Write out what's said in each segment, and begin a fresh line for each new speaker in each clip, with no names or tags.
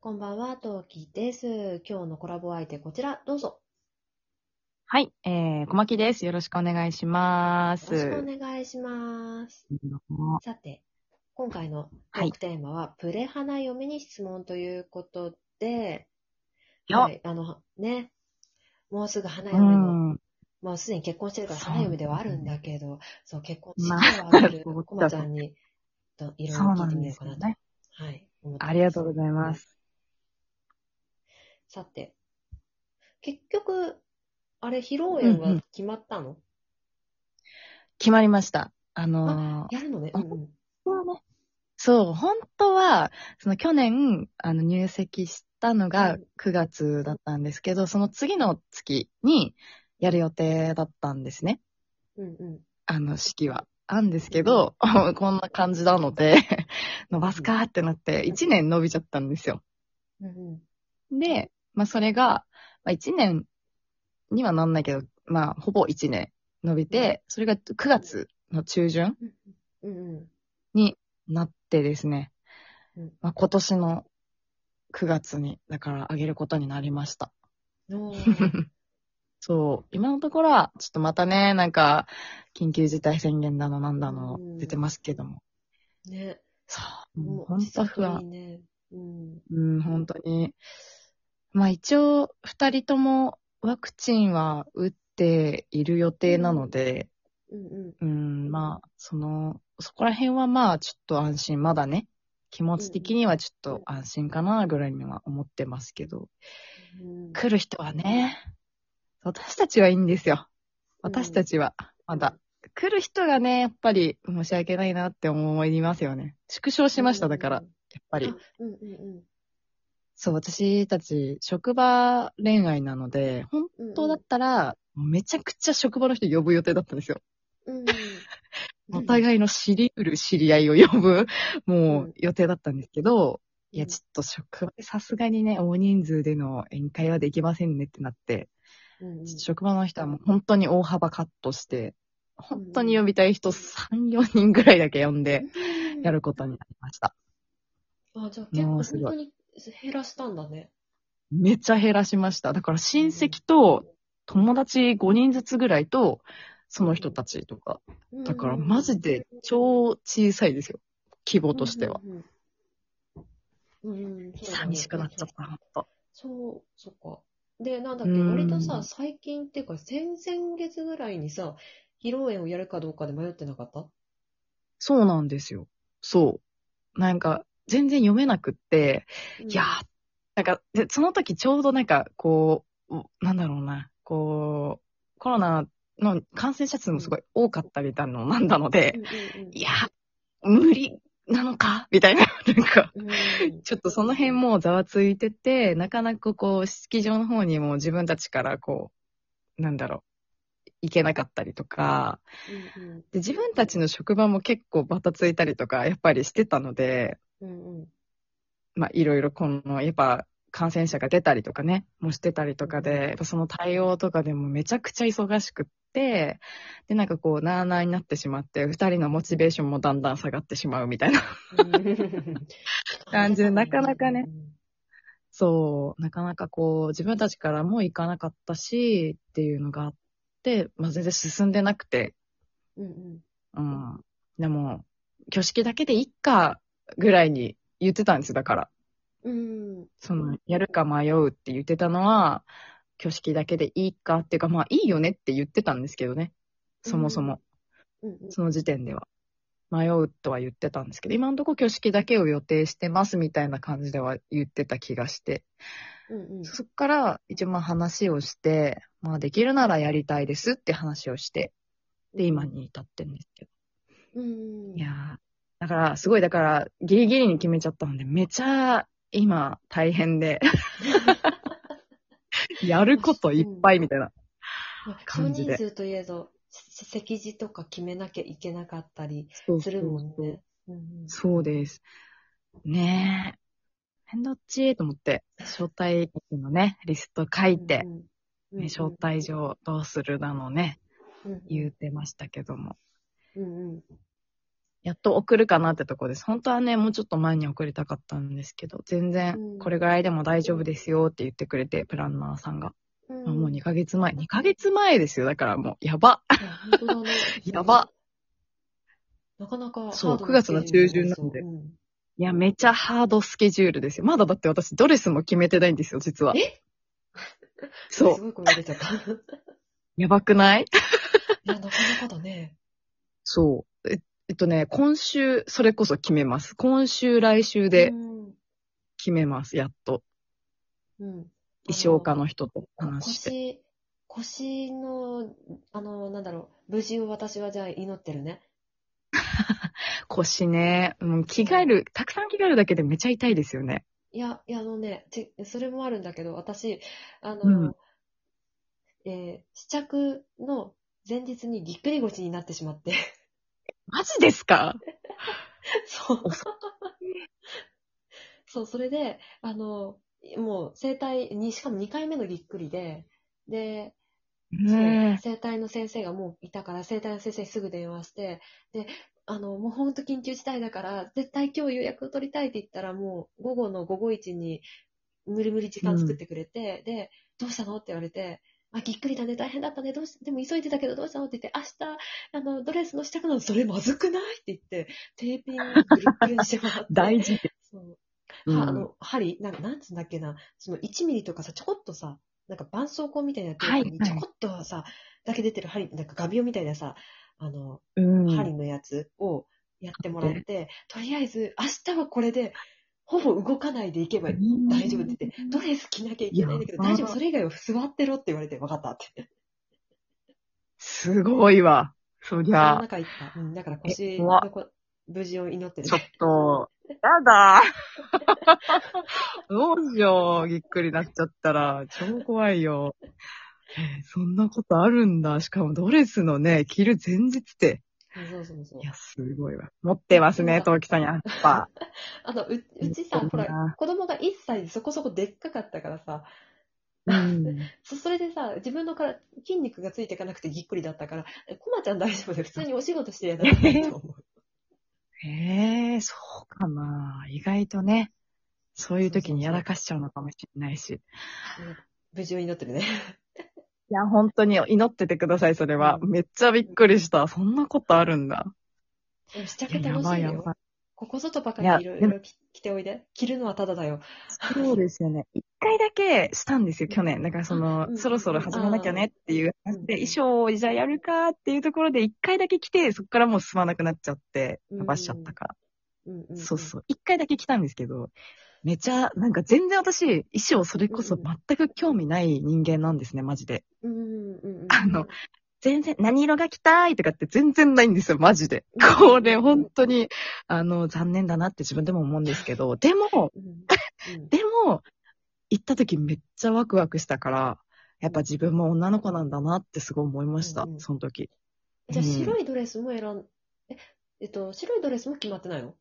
こんばんは、トウキです。今日のコラボ相手、こちら、どうぞ。
はい、えー、小牧です。よろしくお願いします。
よろしくお願いします。さて、今回のトークテーマは、はい、プレ花嫁に質問ということで、はい、あの、ね、もうすぐ花嫁の、もうすでに結婚してるから花嫁ではあるんだけど、そう、ね、結婚してはある、 こまちゃんに、といろいろ聞いてみようかなと。ね、
はい。ありがとうございます。
さて、結局、あれ、披露宴は決まったの、うんうん、
決まりました。あの
ー、やるのね。うん、
うん、そう、本当は、その去年、あの、入籍したのが9月だったんですけど、うん、その次の月にやる予定だったんですね。
うんうん。
あの、式は。なんですけど、うん 、こんな感じなので 伸ばすかってなって、1年伸びちゃったんですよ。
うん
うん、で、まあそれが、まあ、1年にはなんないけど、まあほぼ1年伸びて、それが9月の中旬になってですね、まあ、今年の9月に、だからあげることになりました。 そう。今のところは、ちょっとまたね、なんか、緊急事態宣言だの、なんだの、出てますけども。
うん、ね。
そう。 もう、本当不安。
ね、うん、
うん、本当に。まあ一応、二人ともワクチンは打っている予定なので、
うん、
うん、うん、まあ、その、そこら辺はまあ、ちょっと安心、まだね、気持ち的にはちょっと安心かな、ぐらいには思ってますけど、うん、来る人はね、私たちはいいんですよ。私たちは、まだ。うん、来る人がね、やっぱり申し訳ないなって思いますよね。縮小しました、だから、やっぱり。
うんうんうん
そう、私たち、職場恋愛なので、本当だったら、めちゃくちゃ職場の人呼ぶ予定だったんですよ。
うん、
うん、お互いの知り得る知り合いを呼ぶ、もう予定だったんですけど、いや、ちょっと職場でさすがにね、大人数での宴会はできませんねってなって、職場の人はもう本当に大幅カットして、本当に呼びたい人3、4人ぐらいだけ呼んで、やることになりました。
あ、じゃあ結構本当に減らしたんだね。
めっちゃ減らしました。だから親戚と友達5人ずつぐらいと、その人たちとか。だからマジで超小さいですよ。規模としては。寂しくなっちゃった、ほんと。
そう、そっか。で、なんだっけ、割とさ、最近っていうか、先々月ぐらいにさ、披露宴をやるかどうかで迷ってなかった
そうなんですよ。そう。なんか、全然読めなくって、うん、いやなんか、その時ちょうどなんか、こう、なんだろうな、こう、コロナの感染者数もすごい多かったみたいなのなんだので、いや無理なのかみたいな、 なんか、 ちょっとその辺もざわついてて、なかなかこう、式場の方にも自分たちからこう、なんだろう、行けなかったりとか、
うんうん、で
自分たちの職場も結構バタついたりとか、やっぱりしてたので、
うんうん、
まあ、いろいろこの、やっぱ、感染者が出たりとかね、もしてたりとかで、やっぱその対応とかでもめちゃくちゃ忙しくって、で、なんかこう、なーなーになってしまって、二人のモチベーションもだんだん下がってしまうみたいな感じで、なかなかね、そう、なかなかこう、自分たちからも行かなかったし、っていうのがあって、まあ全然進んでなくて、、
うん、うん
でも、挙式だけでいっか、ぐらいに言ってたんですよ、だから。
うん、
その、やるか迷うって言ってたのは、挙式だけでいいかっていうか、まあいいよねって言ってたんですけどね。そもそも。
うん、
その時点では。迷うとは言ってたんですけど、今のところ挙式だけを予定してますみたいな感じでは言ってた気がして。
うんうん、
そっから、一応まあ話をして、まあできるならやりたいですって話をして、で、今に至ってんですけ
ど。うん、
いやだから、すごい、だから、ギリギリに決めちゃったので、めちゃ今大 変でやることいっぱいみたいな感じで。
少人数といえど、席次とか決めなきゃいけなかったりするもんね。
そうです。ねえ。めんどっちーと思って、招待のね、リスト書いて、ね、招待状どうするなのね、言うてましたけども。
うんうん
やっと送るかなってとこです。本当はね、もうちょっと前に送りたかったんですけど、全
うん
然これぐらいでも大丈夫ですよって言ってくれて、プランナーさんが。
うん
もう2ヶ月前、2ヶ月前ですよ。だからもう、やば。
いや本当だね
やば。
なかなかハードな
そう9月の中旬なん
スケジュ
で
ールになり
いや、めちゃハードスケジュールですよ。まだだって私、ドレスも決めてないんですよ、実は。
えそううん
そ
す
う。
ごい声出ちゃ った。い
やばくない
や、なかなかだね。
そう。ええっとね、今週、それこそ決めます。今週、来週
う
で
ん、
決めます、やっと。
うん。
衣装家の人と話して。
腰、腰の、あの、なんだろう、無事を私はじゃあ祈ってるね。
腰ね、うん、着替える、たくさん着替えるだけでめちゃ痛いですよね。
いや、いや、あのね、ちそれもあるんだけど、私、あの、
うん
えー試着の前日にぎっくり腰になってしまって、
マジですか
そう。そう、それで、あの、もう、整体に、しかも2回目のぎっくりで、で、
ね
そう整体の先生がもういたから、整体の先生にすぐ電話して、で、あの、もうほんと緊急事態だから、絶対今日予約取りたいって言ったら、もう午後の午後一に無理無理時間作ってくれて、で、どうしたのって言われて、あ、ぎっくりだね、大変だったね、どうし、でも急いでたけどどうしたのって言って、明日、あの、ドレスの試着なの、それまずくないって言って、テーピングぐるっぐるにしてもらって。
え。 大事。
そう。
うん
は、あの、針、なんなんつうんだっけな、その1ミリとかさ、ちょこっとさ、なんか絆創膏みたいなやつ
はい
に、
はい
ちょこっとはさ、だけ出てる針、なんか画鋲みたいなさ、あの、
うん。
針のやつをやってもらって、とりあえず、明日はこれで、ほぼ動かないでいけば大丈夫って言って、ドレス着なきゃいけないんだけど、
いや
大丈夫、
あー
それ以外は座ってろって言われて、分かったって。
すごいわ。そり
その
ゃ、
中行った。うん、だから
え
腰
怖っ
のこ無事を祈ってる
ちょっ。と、やだ。 どうしよう。ぎっくりなっちゃったら、超怖いよ。えそんなことあるんだ。しかもドレスのね、着る前日って。
そうそうそう
い。や、すごいわ。持ってますね、トウキさん、やっぱ。
あの、ううちさ、
そう
ほ
だな
ら、子供が1歳でそこそこでっかかったからさ、
うん。
そそれでさ、自分のから筋肉がついていかなくてぎっくりだったから、えコマちゃん大丈夫で、普通にお仕事してやらないと思う。
ええそうかな。意外とね、そういう時にやらかしちゃうのかもしれないし。
無事を祈ってるね。
いや、本当に祈っててください、それは。
うん
めっちゃびっくりした。そんなことあるんだ。
で も試着
いや、や
楽し
ばい
い
や
よ
ば。い。
ここぞとばか
いや
りいろいろき着ておいで。着るのはただだよ。
そうですよね。一回だけしたんですよ、去年。だからそ
あうん
の、そろそろ始めなきゃねっていう話で、
うん
衣装をじゃあやるかっていうところで一回だけ来て、そこからもう進まなくなっちゃって、
うん
飛ばしちゃったから。
うんうん、
そうそう。一回だけ来たんですけど、めちゃ、なんか全然私、衣装それこそ全く興味ない人間なんですね、マジで。
うん。うんうんうんうん、
あの、全然、何色が着たいとかって全然ないんですよ、マジで
うん。
これ本当に、あの、残念だなって自分でも思うんですけど、でも、
うんうん
でも、行った時めっちゃワクワクしたから、やっぱ自分も女の子なんだなってすごい思いました
うんう、ん
その時。
じゃあ
うん
白いドレスも選ん、え、えっと、白いドレスも決まってないの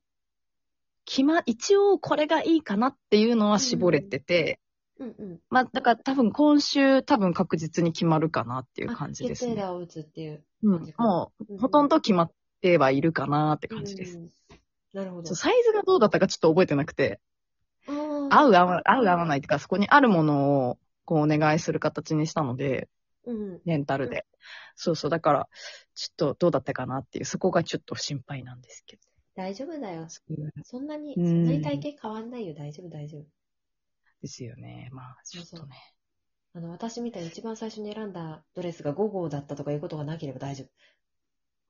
決ま、一応これがいいかなっていうのは絞れてて、
うんうん。
まあ、だから多分今週多分確実に決まるかなっていう
あ
感じです
決定
ね。
打を打つっていう。
う
定
ん。
打
もう、ほとんど決まってはいるかなって感じです。
うん。なるほ
そ
ど
う。サイズがどうだったかちょっと覚えてなくて、
合
合う合わ合う合わないとか、そこにあるものをこうお願いする形にしたので、
うん。
レンタルで。そうそう、だから、ちょっとどうだったかなっていう、そこがちょっと心配なんですけど。
大丈夫だよ。
そう
そんなに、そ
うん
んなに体型変わんないよ。大丈夫、大丈夫。
ですよね。まあ、ちょっとね。
あの、私みたいに一番最初に選んだドレスが5号だったとかいうことがなければ大丈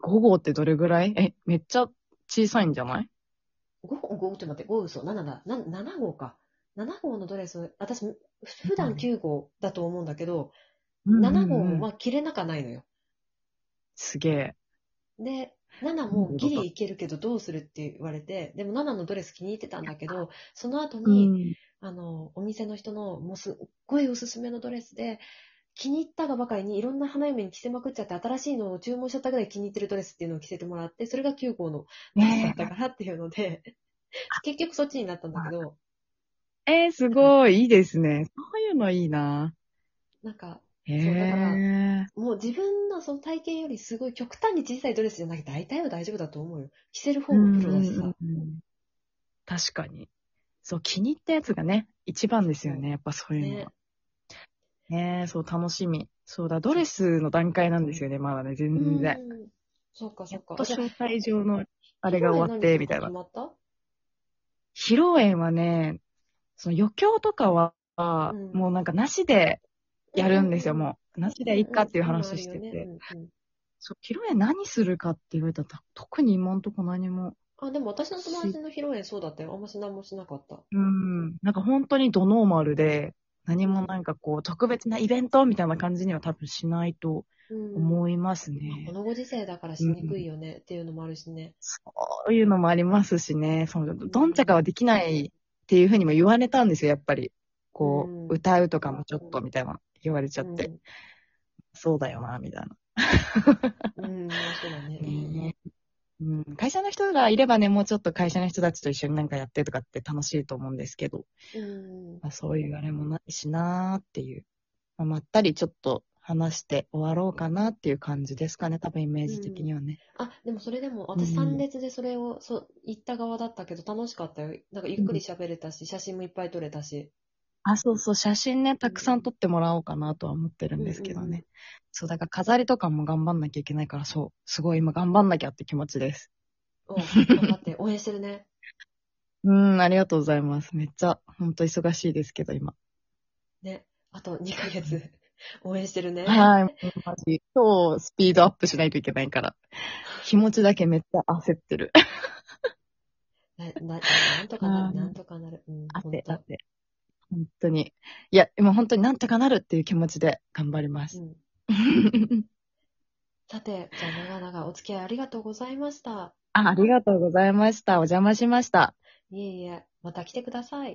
5号ってどれぐらいえ、めっちゃ小さいんじゃない
夫。5号、5ちょっと待って、5嘘。7だ。な7号か。7号のドレス、私、ふ普段9号だと思うんだけど、7号もま
あ、
あ着れなかないのよ。
すげえ。
で、7もギリいけるけどどうするって言われて、でも7のドレス気に入ってたんだけど、その後に、
ん。
あの、お店の人の、もうすっごいおすすめのドレスで、気に入ったがばかりにいろんな花嫁に着せまくっちゃって、新しいのを注文しちゃったぐらい気に入ってるドレスっていうのを着せてもらって、それが9号のドレスだっ
ね
たからっていうので、 結局そっちになったんだけど、
え。えーすごい。いいですね。そういうのいいな。
なんか、
え
そうだから
へえ。
もう自分のその体験よりすごい極端に小さいドレスじゃない大体は大丈夫だと思うよ。着せる方もプロだしさ。
うんうんうん確かに。そう、気に入ったやつがね、一番ですよ
そう
ね。やっぱそういうの
ね
は。。ねえ、そう、楽しみ。そうだ、ドレスの段階なんですよね、まだね、全然。
うん。そうかそ
や
う
っ
か。
と
じゃ
招待状のあれが終わって、みたいな
披露。宴何か決
披露宴はね、その余興とかは、
ん
もうなんかなしで
まった
やるんですよ、
う。
もう。なし
う
で
ん
いっかっていう話してて。。
うんうんうんうん
そう、披露宴何するかって言われたら、特に今んとこ何も。
あ、でも私の友達の披露宴そうだったよ。あんまし何もしなかった。
うん。なんか本当にドノーマルで、何もなんかこう、特別なイベントみたいな感じには多分しないと
うん
思います
まあこ
ね。
のご時世だからしにくいよねっていうのもあるしね。
そういうのもありますしね、その、どんちゃかはできないっていうふうにも言われたんですよ、やっぱり。こ
うん
う、歌うとかもちょっとみたいな言われちゃ
う
っ
ん
て。そうだよな、みたいな。
うん、まあそうだ ね。
ねうん、会社の人がいればね、もうちょっと会社の人たちと一緒になんかやってとかって楽しいと思うんですけど、
うん。
まあ、そういうあれもないしなーっていう、まあ、まったりちょっと話して終わろうかなっていう感じですかね、多分イメージ的にはね。
あ、でもそれでも、
う
私
ん
参列でそれを、そう、行った側だったけど楽しかったよ。なんかゆっくり喋れたし、写真もいっぱい撮れた し。
あ、そうそう、写真ね、たくさん撮ってもらおうかなとは思ってるんですけどね。
うんうんうん
そう、だから飾りとかも頑張んなきゃいけないから、そう、すごい今頑張んなきゃって気持ちです。
お、頑張って、応援してるね。
うん、ありがとうございます。めっちゃ、ほんと忙しいですけど、今。
ね。あと2ヶ月、応援してるね。
はい、マジ。今日、スピードアップしないといけないから。気持ちだけめっちゃ焦ってる。
な、な、なんとかな
うん
る、なんとかなる。うん、本
焦
当。
って。本当に。いや、今本当になんとかなるっていう気持ちで頑張りま
う
す。
ん。 さて、じゃあ長々お付き合いありがとうございました。
あありがとうございました。お邪魔しました。
いえいえ、また来てください。